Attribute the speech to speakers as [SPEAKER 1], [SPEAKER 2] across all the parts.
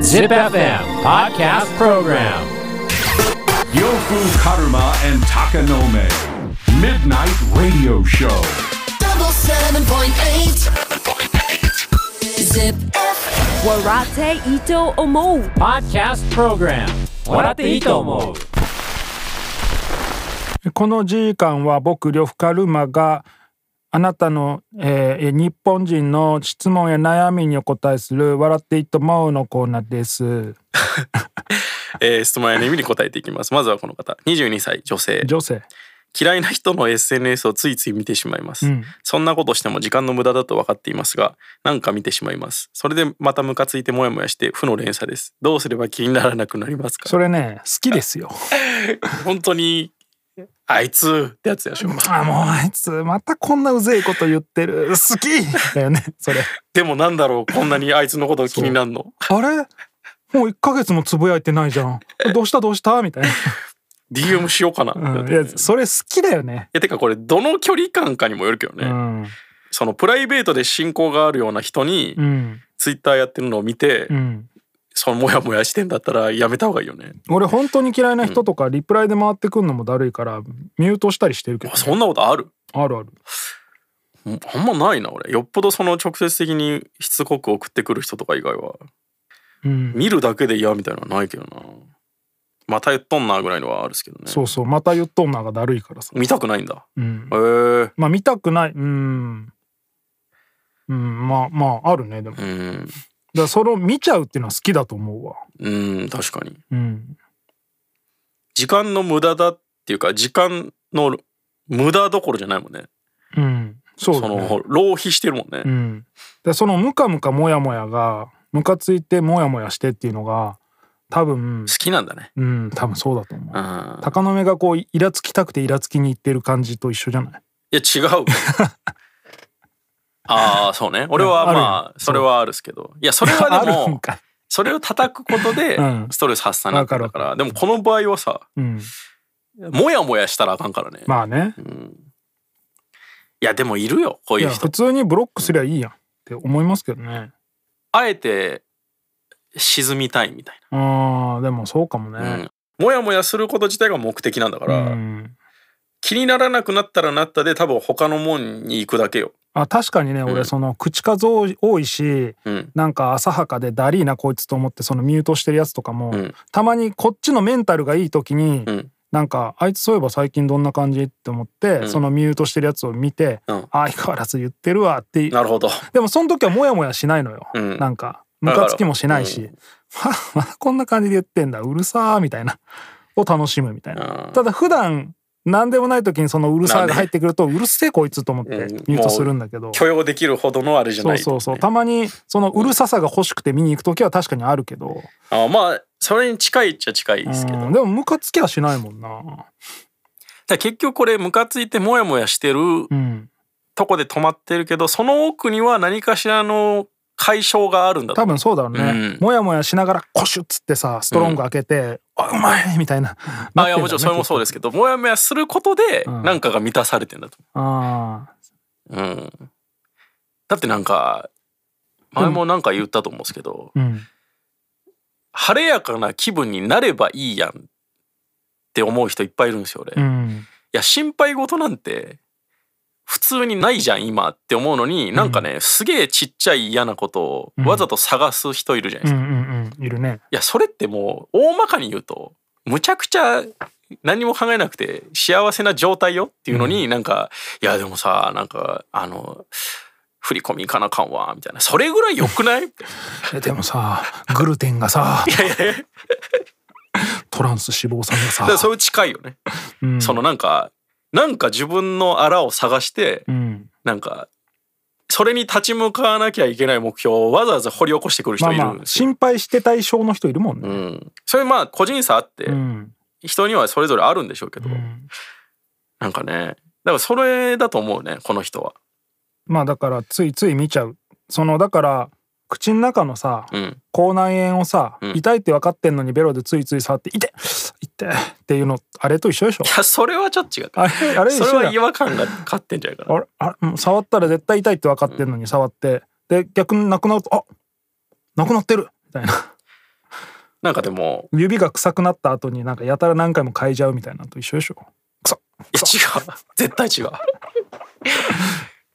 [SPEAKER 1] Zip FM Podcast Program
[SPEAKER 2] Yofu Karuma and Takanome. Midnight Radio Show.
[SPEAKER 3] double seven point eight. Zip.
[SPEAKER 4] Warate Ito Omo
[SPEAKER 1] Podcast Program 笑っていいと思う
[SPEAKER 5] この時間は僕呂布カルマがあなたの、えー日本人の質問や悩みにお答えする「笑っていいと思う」のコーナーです。
[SPEAKER 6] えー質問や悩みに答えていきます。まずはこの方、22歳女性。
[SPEAKER 5] 女性、
[SPEAKER 6] 嫌いな人の SNS をついつい見てしまいます、
[SPEAKER 5] うん
[SPEAKER 6] そんなことしても時間の無駄だと分かっていますが、なんか見てしまいます。それでまたムカついてモヤモヤして負の連鎖です。どうすれば気にならなくなりますか
[SPEAKER 5] それね好きですよ。
[SPEAKER 6] 本当に、あいつってやつでしょ。
[SPEAKER 5] あもうあいつまたこんなうぜいこと言ってる好きだよねそれ。
[SPEAKER 6] でもなんだろう、こんなにあいつのこと気になるの。
[SPEAKER 5] あれもう1ヶ月もつぶやいてないじゃん。どうしたどうしたみたい
[SPEAKER 6] DM しようかな。
[SPEAKER 5] な。うんい
[SPEAKER 6] い
[SPEAKER 5] やそれ好きだよね。
[SPEAKER 6] やてかこれどの距離感かにもよるけどね、
[SPEAKER 5] うん
[SPEAKER 6] そのプライベートで親交があるような人に
[SPEAKER 5] うん
[SPEAKER 6] ツイッターやってるのを見て、
[SPEAKER 5] うん
[SPEAKER 6] そのモヤモヤしてんだったらやめた方がいいよね。
[SPEAKER 5] 俺本当に嫌いな人とかリプライで回ってくんのもだるいからミュートしたりしてるけど
[SPEAKER 6] あそんなことある
[SPEAKER 5] あるある
[SPEAKER 6] んあんまないな俺。よっぽどその直接的にしつこく送ってくる人とか以外は
[SPEAKER 5] うん
[SPEAKER 6] 見るだけで嫌みたいなのはないけどな。また言っとんなぐらいのはあるですけどね。
[SPEAKER 5] そうそうまた言っとんながだるいからさ
[SPEAKER 6] 見たくないんだ。
[SPEAKER 5] うん
[SPEAKER 6] へえ。
[SPEAKER 5] まあ見たくないうんうんまあまああるねでもだか
[SPEAKER 6] うん。
[SPEAKER 5] らそれを見ちゃうっていうのは好きだと思うわ
[SPEAKER 6] うん確かに。
[SPEAKER 5] うん
[SPEAKER 6] 時間の無駄だっていうか時間の無駄どころじゃないもんね。
[SPEAKER 5] うんそう
[SPEAKER 6] そ
[SPEAKER 5] だね
[SPEAKER 6] の浪費してるもんね。
[SPEAKER 5] うん、でそのムカムカモヤモヤがムカついてモヤモヤしてっていうのが多分
[SPEAKER 6] 好きなんだね。
[SPEAKER 5] うん多分そうだと思う
[SPEAKER 6] うん。
[SPEAKER 5] 鷹の目がこうイラつきたくてイラつきにいってる感じと一緒じゃない
[SPEAKER 6] いや違う。 ああそうね。俺は
[SPEAKER 5] あるよ
[SPEAKER 6] まあそれはあるっすけど。いやそれは で
[SPEAKER 5] あるん
[SPEAKER 6] も。
[SPEAKER 5] かい
[SPEAKER 6] それを叩くことで
[SPEAKER 5] うん
[SPEAKER 6] ストレス発散になってるんだから、でもこの場合はさ
[SPEAKER 5] うん
[SPEAKER 6] モヤモヤしたらあかんからね、
[SPEAKER 5] まあね
[SPEAKER 6] うん、いやでもいるよこう
[SPEAKER 5] い
[SPEAKER 6] いう
[SPEAKER 5] や
[SPEAKER 6] 人
[SPEAKER 5] 普通にブロックすりゃいいやんって思いますけどね
[SPEAKER 6] あえて沈みたいみたい
[SPEAKER 5] あーでもそうかも
[SPEAKER 6] な、うん
[SPEAKER 5] ね、
[SPEAKER 6] モヤモヤすること自体が目的なんだか
[SPEAKER 5] う
[SPEAKER 6] ら、
[SPEAKER 5] ん
[SPEAKER 6] 気にならなくなったらなったで多分他のもんに行くだけよ、
[SPEAKER 5] あ確かにね
[SPEAKER 6] う
[SPEAKER 5] 俺
[SPEAKER 6] ん
[SPEAKER 5] その口数多いし
[SPEAKER 6] うん、
[SPEAKER 5] なんか浅はかでダリーなこいつと思ってそのミュートしてるやつとかも、
[SPEAKER 6] うん
[SPEAKER 5] たまにこっちのメンタルがいい時に、
[SPEAKER 6] うん
[SPEAKER 5] なんかあいつそういえば最近どんな感じって思って、
[SPEAKER 6] ん
[SPEAKER 5] そのミュートしてるやつを見て、
[SPEAKER 6] うん
[SPEAKER 5] あ相変わらず言ってるわって
[SPEAKER 6] なるほど
[SPEAKER 5] でもその時はモヤモヤしないのよ、
[SPEAKER 6] うん
[SPEAKER 5] なんかムカつきもしないし、
[SPEAKER 6] だ
[SPEAKER 5] まだこんな感じで言ってんだうるさーみたいなを楽しむみたいな、
[SPEAKER 6] うん
[SPEAKER 5] ただ普段何でもない時にそのうるさーが入ってくると、うるせえこいつと思って
[SPEAKER 6] うん
[SPEAKER 5] ミュートするんだけど、
[SPEAKER 6] 許容できるほどのあれじゃ
[SPEAKER 5] そ
[SPEAKER 6] な
[SPEAKER 5] う
[SPEAKER 6] い
[SPEAKER 5] そうそうたまにそのうるささが欲しくて見に行く時は確かにあるけど、
[SPEAKER 6] あまあそれに近いっちゃ近いですけど、
[SPEAKER 5] うんでもムカつきはしないもんな
[SPEAKER 6] だから結局これムカついてモヤモヤしてる
[SPEAKER 5] うん
[SPEAKER 6] とこで止まってるけどその奥には何かしらの解消があるんだと
[SPEAKER 5] 多分そうだろうね、
[SPEAKER 6] うん
[SPEAKER 5] もやもやしながらコシュッつってさストロング開けて「あうまい!」みたいな
[SPEAKER 6] あいやもちろんそれもそうです
[SPEAKER 5] け
[SPEAKER 6] けどモヤモヤすることで
[SPEAKER 5] うん
[SPEAKER 6] 何かが満たされてんだと、
[SPEAKER 5] どあ
[SPEAKER 6] うん、だってなんか前もなんか言ったと思うんですけど、
[SPEAKER 5] ーうん
[SPEAKER 6] 晴れやかな気分になればいいやんって思う人いっぱいいるんですよ俺、
[SPEAKER 5] う
[SPEAKER 6] い
[SPEAKER 5] ん
[SPEAKER 6] や心配事なんて普通にないじゃん今って思うのになんかね、すげえちっちゃい嫌なことをわざと探す人いるじゃないですか
[SPEAKER 5] うんうんうんいるね
[SPEAKER 6] いやそれってもう大まかに言うとむちゃくちゃ何も考えなくて幸せな状態よっていうのになんか、いやでもさなんかあの振り込み行かなあかんわみたいなそれぐらいよくないい
[SPEAKER 5] えでもさグルテンが さ
[SPEAKER 6] やいやいやだ
[SPEAKER 5] トランス脂肪酸
[SPEAKER 6] か
[SPEAKER 5] が
[SPEAKER 6] らそ
[SPEAKER 5] さ、
[SPEAKER 6] れ近いよね、
[SPEAKER 5] うん、
[SPEAKER 6] そのなんかなんか自分のあらを探して
[SPEAKER 5] うん
[SPEAKER 6] なんかそれに立ち向かわなきゃいけない目標をわざわざ掘り起こしてくる
[SPEAKER 5] ま
[SPEAKER 6] 人
[SPEAKER 5] あ
[SPEAKER 6] いる
[SPEAKER 5] ま
[SPEAKER 6] ん
[SPEAKER 5] あ
[SPEAKER 6] ですよ、
[SPEAKER 5] 心配して対象の人いるもん
[SPEAKER 6] う
[SPEAKER 5] ね
[SPEAKER 6] ん、それまあ個人差あって、
[SPEAKER 5] うん、
[SPEAKER 6] 人にはそれぞれあるんでしょうけ
[SPEAKER 5] う
[SPEAKER 6] ど、
[SPEAKER 5] ん、
[SPEAKER 6] なんかねだからそれだと思うねこの人は。
[SPEAKER 5] まあだからついつい見ちゃうそのだから口の中のさ
[SPEAKER 6] うん、
[SPEAKER 5] 口内炎をさ、
[SPEAKER 6] うん
[SPEAKER 5] 痛いって分かってんのにベロでついつい触って「痛い痛い」っていうのあれと一緒でしょ
[SPEAKER 6] いやそれはちょっと違うか
[SPEAKER 5] あれあれ一
[SPEAKER 6] それ
[SPEAKER 5] 緒
[SPEAKER 6] は
[SPEAKER 5] だ
[SPEAKER 6] 違和感が勝ってんじゃないか
[SPEAKER 5] あれあれもう触ったら絶対痛いって分かってんのに触ってで逆になくなると「あなくなってるみたいな
[SPEAKER 6] なんかでも
[SPEAKER 5] 指が臭くなった後になんかやたら何回も嗅いじゃうみたいなのと一緒でしょくそ
[SPEAKER 6] いや違う絶対違う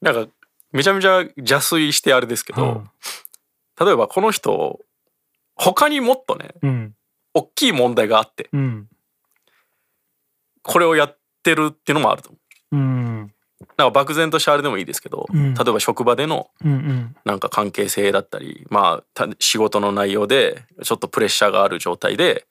[SPEAKER 6] なんかめちゃめちゃ邪推してあれですけど、例えばこの人他にもっとね
[SPEAKER 5] うん
[SPEAKER 6] 大きい問題があって
[SPEAKER 5] うん
[SPEAKER 6] これをやってるっていうのもあると思
[SPEAKER 5] うん
[SPEAKER 6] うなんか漠然としたあれでもいいですけど、
[SPEAKER 5] うん
[SPEAKER 6] 例えば職場での
[SPEAKER 5] うんうん
[SPEAKER 6] なんか関係性だったりまあた仕事の内容でちょっとプレッシャーがある状態で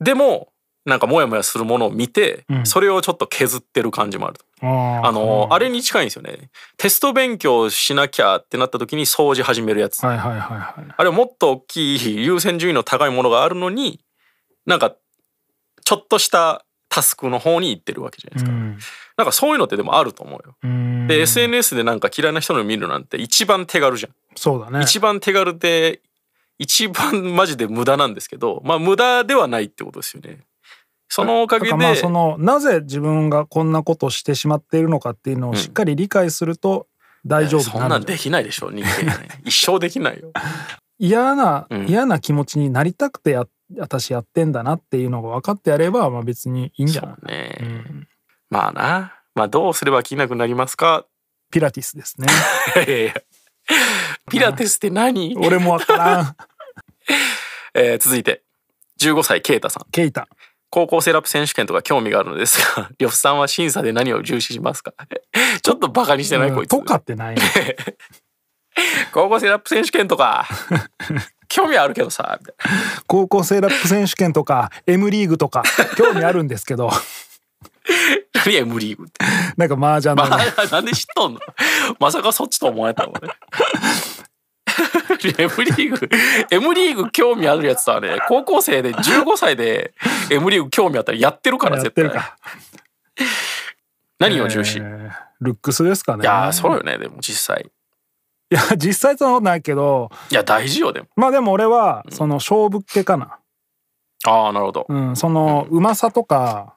[SPEAKER 6] でもなんかモヤモヤするものを見て、
[SPEAKER 5] うん
[SPEAKER 6] それをちょっと削ってる感じもあると
[SPEAKER 5] あー
[SPEAKER 6] あの、あれに近いんですよね。テスト勉強しなきゃってなった時に掃除始めるやつ。
[SPEAKER 5] はいはいはいはい
[SPEAKER 6] あれはもっと大きい優先順位の高いものがあるのに、なんか、ちょっとしたタスクの方に行ってるわけじゃないですか。
[SPEAKER 5] うん
[SPEAKER 6] なんかそういうのってでもあると思うよ。
[SPEAKER 5] うん
[SPEAKER 6] で、SNS でなんか嫌いな人の見るなんて一番手軽じゃん。
[SPEAKER 5] そうだね
[SPEAKER 6] 一番手軽で、一番マジで無駄なんですけど、まあ無駄ではないってことですよね。そのおか
[SPEAKER 5] だ
[SPEAKER 6] げ
[SPEAKER 5] か
[SPEAKER 6] で、
[SPEAKER 5] らまあそのなぜ自分がこんなことをしてしまっているのかっていうのをしっかり理解すると大丈夫
[SPEAKER 6] そ
[SPEAKER 5] になんる
[SPEAKER 6] なんん
[SPEAKER 5] だよ
[SPEAKER 6] できないでしょ、人間。 一生できないよ。
[SPEAKER 5] 嫌な
[SPEAKER 6] うん
[SPEAKER 5] 嫌な気持ちになりたくてや私やってんだなっていうのが分かってやればまあ別にいいんじゃない
[SPEAKER 6] そうね、
[SPEAKER 5] うん
[SPEAKER 6] まあなまあどうすれば気なくなりま すか
[SPEAKER 5] ピラティスですね
[SPEAKER 6] いやいやピラティスって何、
[SPEAKER 5] 俺も分からん
[SPEAKER 6] えー続いて15歳ケイタさん
[SPEAKER 5] ケイタ
[SPEAKER 6] 高校生ラップ選手権とか興味があるのですが 呂布さんは審査で何を重視しますか ちょっとバカにしてない、
[SPEAKER 5] うん
[SPEAKER 6] こいつ
[SPEAKER 5] とかってないね
[SPEAKER 6] 高校生ラップ選手権 とか興味あるけどさみたいな
[SPEAKER 5] 高校生ラップ選手権とか M リーグと か興味あるんですけど
[SPEAKER 6] 何や 無理言うて
[SPEAKER 5] なんか麻雀
[SPEAKER 6] ま
[SPEAKER 5] のね
[SPEAKER 6] あなんで知っとんの まさかそっちと思われたもんね M リーグ M リーグ興味あるやつとはね高校生で15歳で M リーグ興味あったらやってるから
[SPEAKER 5] やっ
[SPEAKER 6] 絶
[SPEAKER 5] て
[SPEAKER 6] 対
[SPEAKER 5] るか
[SPEAKER 6] 何を重視、
[SPEAKER 5] えールックスですかね
[SPEAKER 6] いやーそうよねでも実際
[SPEAKER 5] いや実際そんなことないけど
[SPEAKER 6] いや大事よでも
[SPEAKER 5] まあでも俺はその勝負系かな、
[SPEAKER 6] ああなるほど、
[SPEAKER 5] うん、そのうまさとか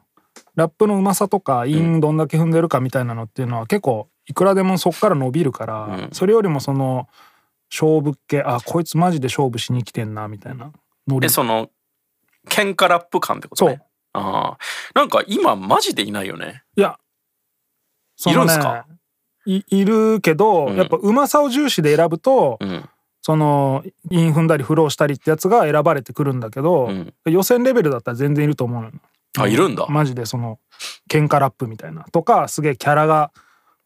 [SPEAKER 5] ラップのうまさとかインどんだけ踏んでるかみたいなのっていうのは結構いくらでもそっから伸びるから、
[SPEAKER 6] うん
[SPEAKER 5] それよりもその勝負系あこいつマジで勝負しに来てんなみたいなノ
[SPEAKER 6] で
[SPEAKER 5] リ
[SPEAKER 6] その喧嘩ラップ感ってことね
[SPEAKER 5] そう
[SPEAKER 6] ああなんか今マジでいないよね
[SPEAKER 5] いやその
[SPEAKER 6] いるんすか
[SPEAKER 5] いいるけど、
[SPEAKER 6] うん
[SPEAKER 5] やっぱうまさを重視で選ぶと、
[SPEAKER 6] うん
[SPEAKER 5] そのイン踏んだりフローしたりってやつが選ばれてくるんだけど、
[SPEAKER 6] うん
[SPEAKER 5] 予選レベルだったら全然いると思うのよ
[SPEAKER 6] あいるんだ、
[SPEAKER 5] マジでその喧嘩ラップみたいなとかすげえキャラが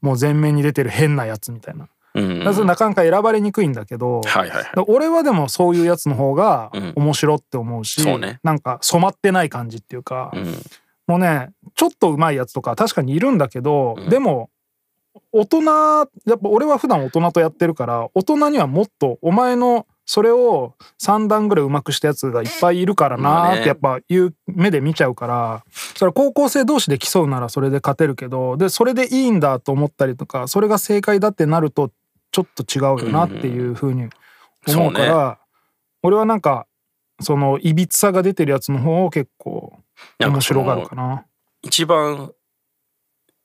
[SPEAKER 5] もう前面に出てる変なやつみたいな、
[SPEAKER 6] うん
[SPEAKER 5] だからそれなかなか選ばれにくいんだけど、
[SPEAKER 6] はいはいは
[SPEAKER 5] だ
[SPEAKER 6] い
[SPEAKER 5] から俺はでもそういうやつの方が
[SPEAKER 6] うん
[SPEAKER 5] 面白って思うし、
[SPEAKER 6] そうね
[SPEAKER 5] なんか染まってない感じっていうか、
[SPEAKER 6] うん
[SPEAKER 5] もうねちょっと上手いやつとか確かにいるんだけど、
[SPEAKER 6] うん
[SPEAKER 5] でも大人やっぱ俺は普段大人とやってるから大人にはもっとお前のそれを3段ぐらい上手くしたやつがいっぱいいるから
[SPEAKER 6] ま
[SPEAKER 5] な
[SPEAKER 6] あ
[SPEAKER 5] ーっ
[SPEAKER 6] ね
[SPEAKER 5] てやっぱいう目で見ちゃうからそれは高校生同士で競うならそれで勝てるけどでそれでいいんだと思ったりとかそれが正解だってなるとちょっと違うよなっていうふうに思うか
[SPEAKER 6] うんそ
[SPEAKER 5] ら、俺はなんかそのいびつさが出てるやつの方を結構
[SPEAKER 6] なん
[SPEAKER 5] 面
[SPEAKER 6] かそ
[SPEAKER 5] 白
[SPEAKER 6] の
[SPEAKER 5] がるかな。
[SPEAKER 6] 一番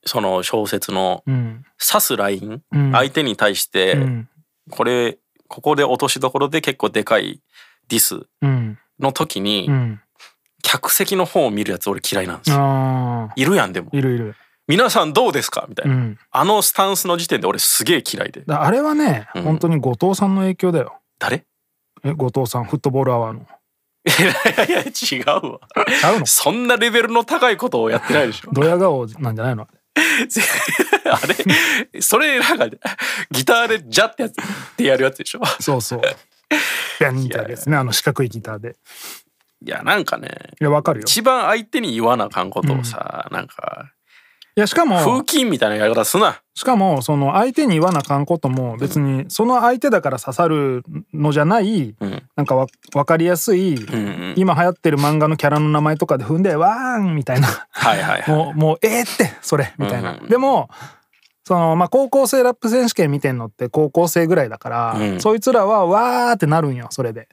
[SPEAKER 6] その小説の
[SPEAKER 5] うん
[SPEAKER 6] 指すライン、
[SPEAKER 5] うん
[SPEAKER 6] 相手に対し
[SPEAKER 5] う
[SPEAKER 6] て
[SPEAKER 5] ん
[SPEAKER 6] これここで落としどころで結構でかいディス
[SPEAKER 5] うん
[SPEAKER 6] の時に
[SPEAKER 5] うん
[SPEAKER 6] 客席の方を見るやつ俺嫌いなんですよ。
[SPEAKER 5] ああ
[SPEAKER 6] いるやんでも
[SPEAKER 5] いるいる、
[SPEAKER 6] 皆さんどうですかみたいうな、
[SPEAKER 5] ん、
[SPEAKER 6] あのスタンスの時点で俺すげえ嫌いで
[SPEAKER 5] だあれはね、
[SPEAKER 6] うん
[SPEAKER 5] 本当に後藤さんの影響だよ
[SPEAKER 6] 誰い
[SPEAKER 5] え後藤さんフットボールアワーの
[SPEAKER 6] やいや違うわ
[SPEAKER 5] ちゃう の
[SPEAKER 6] そんなレベルの高いことをやってないでしょ
[SPEAKER 5] ドヤ顔なんじゃないの
[SPEAKER 6] あれそれなんかギターでジャってやつってやるやつでしょ
[SPEAKER 5] そう そうビャンみたいなやつねあの四角いギターで
[SPEAKER 6] いやなんかね
[SPEAKER 5] いやわかるよ
[SPEAKER 6] 一番相手に言わなあかんことをさ、なんか
[SPEAKER 5] いやしか
[SPEAKER 6] 風
[SPEAKER 5] も
[SPEAKER 6] 紀みたいなやり方すな
[SPEAKER 5] しかもその相手に言わなあかんことも別にその相手だから刺さるのじゃない、
[SPEAKER 6] うん
[SPEAKER 5] なんかわ分かりやすい、
[SPEAKER 6] うんうん
[SPEAKER 5] 今流行ってる漫画のキャラの名前とかで踏んで「わーん!」みたいな
[SPEAKER 6] はいはいはい
[SPEAKER 5] もう、もう、ええって、それ、みたいな。
[SPEAKER 6] うんうん
[SPEAKER 5] でも、その、まあ、高校生ラップ選手権見てんのって高校生ぐらいだから、
[SPEAKER 6] うん
[SPEAKER 5] そいつらは、わーってなるんよ、それで。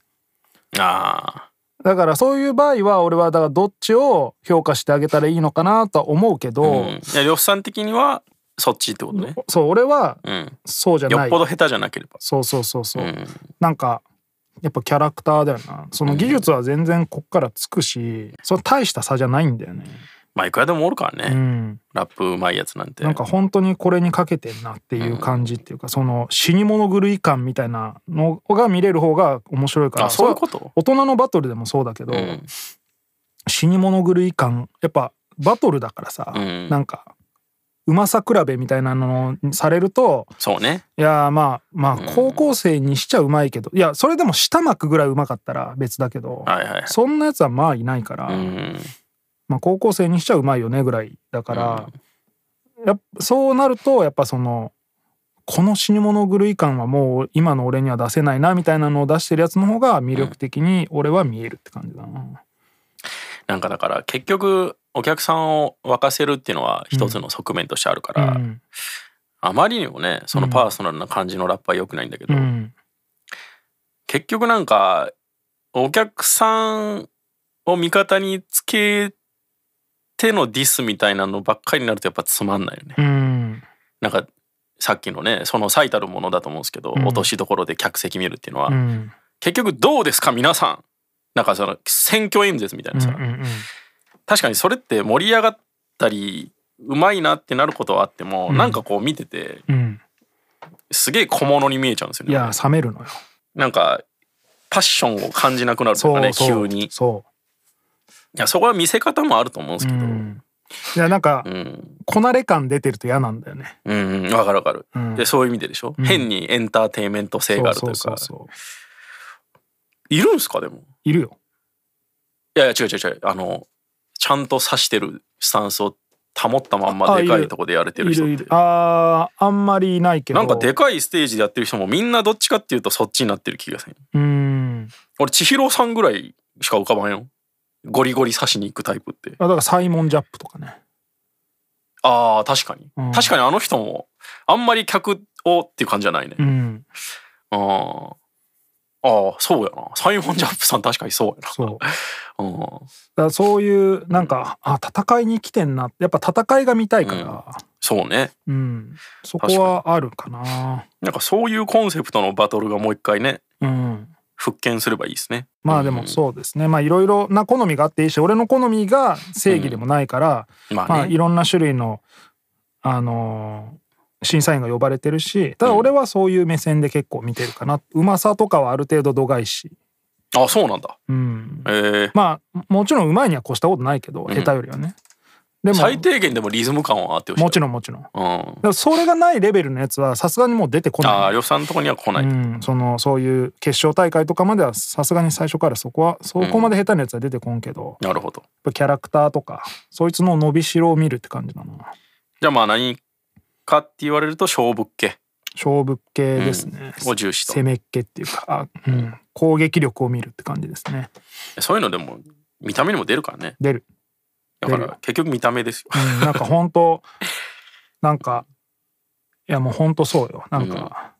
[SPEAKER 6] あ
[SPEAKER 5] だから、そういう場合は、俺は、だから、どっちを評価してあげたらいいのかなとは思うけ
[SPEAKER 6] あ、
[SPEAKER 5] ど、
[SPEAKER 6] うん、いや呂布さん的にはそっちってことね。
[SPEAKER 5] そう俺は
[SPEAKER 6] うん。
[SPEAKER 5] そうじゃ
[SPEAKER 6] よ
[SPEAKER 5] な
[SPEAKER 6] っ
[SPEAKER 5] い
[SPEAKER 6] ぽど下手じゃなければ。
[SPEAKER 5] そうそうそうそう、
[SPEAKER 6] うん。
[SPEAKER 5] なんかやっぱキャラクターだよなその技術は全然こっからつくしその大した差じゃないんだよね
[SPEAKER 6] まあ、いくらでもおるから
[SPEAKER 5] う
[SPEAKER 6] ね。
[SPEAKER 5] ん
[SPEAKER 6] ラップうまいやつなんて。
[SPEAKER 5] なんか本当にこれにかけてんなっていう感じっていうか、その死に物狂い感みたいなのが見れる方が面白いから
[SPEAKER 6] あ、そういうこと
[SPEAKER 5] それは大人のバトルでもそうだけど、
[SPEAKER 6] うん。
[SPEAKER 5] 死に物狂い感やっぱバトルだからさ、
[SPEAKER 6] うん
[SPEAKER 5] なんかうまさ比べみたいなのをされると
[SPEAKER 6] そうね。
[SPEAKER 5] いやーまあまあ高校生にしちゃうまいけど、いやそれでも下幕ぐらいうまかったら別だけど、
[SPEAKER 6] はいはいはい。
[SPEAKER 5] そんなやつはまあいないから、
[SPEAKER 6] うん。
[SPEAKER 5] まあ、高校生にしちゃうまいよねぐらいだから、やっぱそうなるとやっぱそのこの死に物狂い感はもう今の俺には出せないなみたいなのを出してるやつの方が魅力的に俺は見えるって感じだな。
[SPEAKER 6] なんかだから結局お客さんを沸かせるっていうのは一つの側面としてあるから、
[SPEAKER 5] うん
[SPEAKER 6] あまりにもねそのパーソナルな感じのラップは良くないんだけど、
[SPEAKER 5] うん
[SPEAKER 6] 結局なんかお客さんを味方につけてのディスみたいなのばっかりになるとやっぱつまんないよね。
[SPEAKER 5] うん
[SPEAKER 6] なんかさっきのねその最たるものだと思うんですけど、
[SPEAKER 5] うん
[SPEAKER 6] 落としどころで客席見るっていうのは、
[SPEAKER 5] うん
[SPEAKER 6] 結局どうですか皆さんなんかその選挙演説みたいなさ、
[SPEAKER 5] うん
[SPEAKER 6] 確かにそれって盛り上がったりうまいなってなることはあっても、
[SPEAKER 5] うん
[SPEAKER 6] なんかこう見てて
[SPEAKER 5] うん
[SPEAKER 6] すげえ小物に見えちゃうんですよ
[SPEAKER 5] い
[SPEAKER 6] ね
[SPEAKER 5] や冷めるのよ。
[SPEAKER 6] なんかパッションを感じなくなると
[SPEAKER 5] そ
[SPEAKER 6] か
[SPEAKER 5] う
[SPEAKER 6] ね
[SPEAKER 5] そう
[SPEAKER 6] 急にい
[SPEAKER 5] そ
[SPEAKER 6] やそこは見せ方もあると思うんです
[SPEAKER 5] う。
[SPEAKER 6] け
[SPEAKER 5] う
[SPEAKER 6] どうん
[SPEAKER 5] んいやなんか
[SPEAKER 6] うん
[SPEAKER 5] こなれ感出てると嫌なんだよね。
[SPEAKER 6] うんわかるわかる、
[SPEAKER 5] うん
[SPEAKER 6] でそういう意味ででしょ、
[SPEAKER 5] うん
[SPEAKER 6] 変にエンターテインメント性があるというか
[SPEAKER 5] そうそうそうそう
[SPEAKER 6] いるんすかでも
[SPEAKER 5] いるよ。
[SPEAKER 6] いやいや違う違う違うあのちゃんと指してるスタンスを保ったまんま
[SPEAKER 5] あ
[SPEAKER 6] でか
[SPEAKER 5] い
[SPEAKER 6] い
[SPEAKER 5] る
[SPEAKER 6] とこでやれて
[SPEAKER 5] い
[SPEAKER 6] る人っ
[SPEAKER 5] る
[SPEAKER 6] て
[SPEAKER 5] いる。あーあんまりいないけど。
[SPEAKER 6] なんかでかいステージでやってる人もみんなどっちかっていうとそっちになってる気がする
[SPEAKER 5] うん。
[SPEAKER 6] 俺千尋さんぐらいしか浮かばんよゴリゴリ刺しに行くタイプって
[SPEAKER 5] あだからサイモン・ジャップとかね。
[SPEAKER 6] ああ確かに、
[SPEAKER 5] うん
[SPEAKER 6] 確かにあの人もあんまり客をっていう感じじゃないね、
[SPEAKER 5] うん。
[SPEAKER 6] あーあーそうやなサイモン・ジャップさん確かにそうや
[SPEAKER 5] そう。だか
[SPEAKER 6] な、うん、
[SPEAKER 5] らそういう、なんか、あ、戦いに来てんな。やっぱ戦いが見たいから。
[SPEAKER 6] そうね
[SPEAKER 5] うん。そこはあるかな。
[SPEAKER 6] なんかそういうコンセプトのバトルがもう一回ね
[SPEAKER 5] うん。
[SPEAKER 6] 復権すればいいですね
[SPEAKER 5] まあでもそうですね。まあいろいろな好みがあっていいし、俺の好みが正義でもないから、
[SPEAKER 6] ま
[SPEAKER 5] まあ
[SPEAKER 6] あ
[SPEAKER 5] い
[SPEAKER 6] ね、
[SPEAKER 5] ろんな種類の、あのー審査員が呼ばれてるし、ただ俺はそういう目線で結構見てるかな。うまさとかはある程度度外視。
[SPEAKER 6] あ、そうなんだ
[SPEAKER 5] うん。
[SPEAKER 6] えー
[SPEAKER 5] まあもちろんうまいには越したことないけど、下手よりはね。でも、
[SPEAKER 6] 最低限でもリズム感はあってほしい
[SPEAKER 5] もちろんもちろん。だか
[SPEAKER 6] ろん、うん、
[SPEAKER 5] らそれがないレベルのやつはさすがにもう出てこ
[SPEAKER 6] ああ
[SPEAKER 5] ない。
[SPEAKER 6] 呂布さんのとこには来ない、
[SPEAKER 5] うん、そのそういう決勝大会とかまではさすがに最初からそこはそこまで下手なやつは出てこんけど、やっ
[SPEAKER 6] なるほど
[SPEAKER 5] ぱキャラクターとかそいつの伸びしろを見るって感じだな
[SPEAKER 6] じゃあまあ何かって言われると勝負っけ
[SPEAKER 5] 勝負系ですね、
[SPEAKER 6] うんを重視と
[SPEAKER 5] 攻めっ気っていうかあ、うん、攻撃力を見るって感じですね
[SPEAKER 6] そういうのでも見た目にも出るからね
[SPEAKER 5] 出る、
[SPEAKER 6] だか
[SPEAKER 5] 出る
[SPEAKER 6] ら結局見た目ですよ
[SPEAKER 5] うん、なんか本当なんかいやもう本当そうよなんか、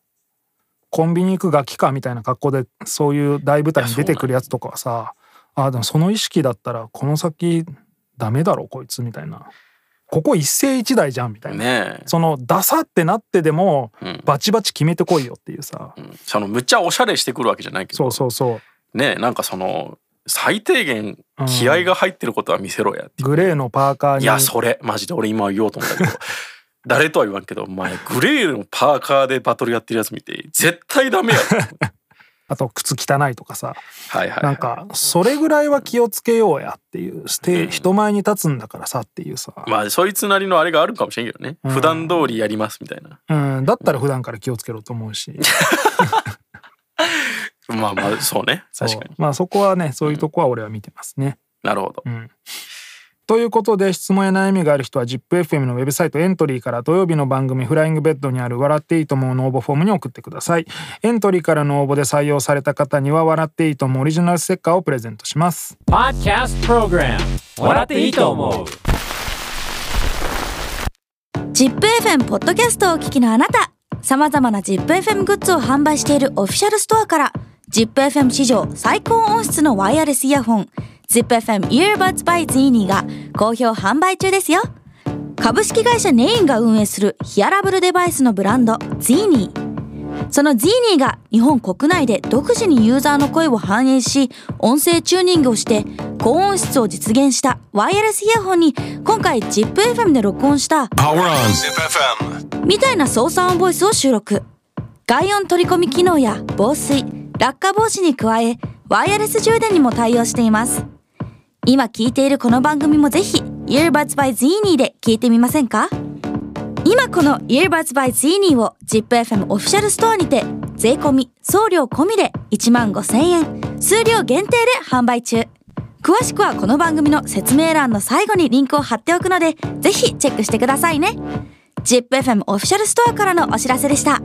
[SPEAKER 5] コンビニ行くガキかみたいな格好でそういう大舞台に出てくるやつとかはさあーでもその意識だったらこの先ダメだろこいつみたいなここ一世一代じゃんみたいな、
[SPEAKER 6] ねえ
[SPEAKER 5] そのダサってなってでも、
[SPEAKER 6] うん
[SPEAKER 5] バチバチ決めてこいよっていうさ、
[SPEAKER 6] うんそのむっちゃおしゃれしてくるわけじゃないけ
[SPEAKER 5] そ
[SPEAKER 6] ど
[SPEAKER 5] うそうそう
[SPEAKER 6] ねえなんかその最低限気合が入ってることは見せろやって、
[SPEAKER 5] グレーのパーカーに
[SPEAKER 6] いやそれマジで俺今言おうと思っ たけど誰とは言わんけどお前グレーのパーカーでバトルやってるやつ見て絶対ダメや ろ
[SPEAKER 5] あと靴汚いとかさ
[SPEAKER 6] はいはい、
[SPEAKER 5] なんかそれぐらいは気をつけようやっていうステー人前に立つんだからさっていうさ、
[SPEAKER 6] まあそいつなりのあれがあるかもしれんけどね、
[SPEAKER 5] うん
[SPEAKER 6] 普段通りやりますみたいな
[SPEAKER 5] うん、だったら普段から気をつけろと思うし
[SPEAKER 6] まあまあそうね
[SPEAKER 5] そう
[SPEAKER 6] 確かに
[SPEAKER 5] まあそこはねそういうとこは俺は見てますね。
[SPEAKER 6] なるほど
[SPEAKER 5] うんということで質問や悩みがある人は ZIPFM のウェブサイトエントリーから土曜日の番組「フライングベッド」にある「笑っていいと思う」の応募フォームに送ってくださいエントリーからの応募で採用された方には「笑っていいと思う」オリジナルステッカーをプレゼントします
[SPEAKER 1] Podcast Program 笑っていいと思う
[SPEAKER 7] ジップ f m ポッドキャストをお聞きのあなた様々なジップ f m グッズを販売しているオフィシャルストアからジップ f m 史上最高音質のワイヤレスイヤホン ZIPFM Earbuds by Zini が好評販売中ですよ株式会社ネインが運営するヒアラブルデバイスのブランド Zini その Zini が日本国内で独自にユーザーの声を反映し音声チューニングをして高音質を実現したワイヤレスイヤホンに今回 ZIPFM で録音したみたいな操作音ボイスを収録外音取り込み機能や防水落下防止に加えワイヤレス充電にも対応しています今聞いているこの番組もぜひ Earbuds by Zini で聞いてみませんか今この Earbuds by Zini を ZIPFM オフィシャルストアにて税込み送料込みで1万5000円数量限定で販売中詳しくはこの番組の説明欄の最後にリンクを貼っておくのでぜひチェックしてくださいね ZIPFM オフィシャルストアからのお知らせでした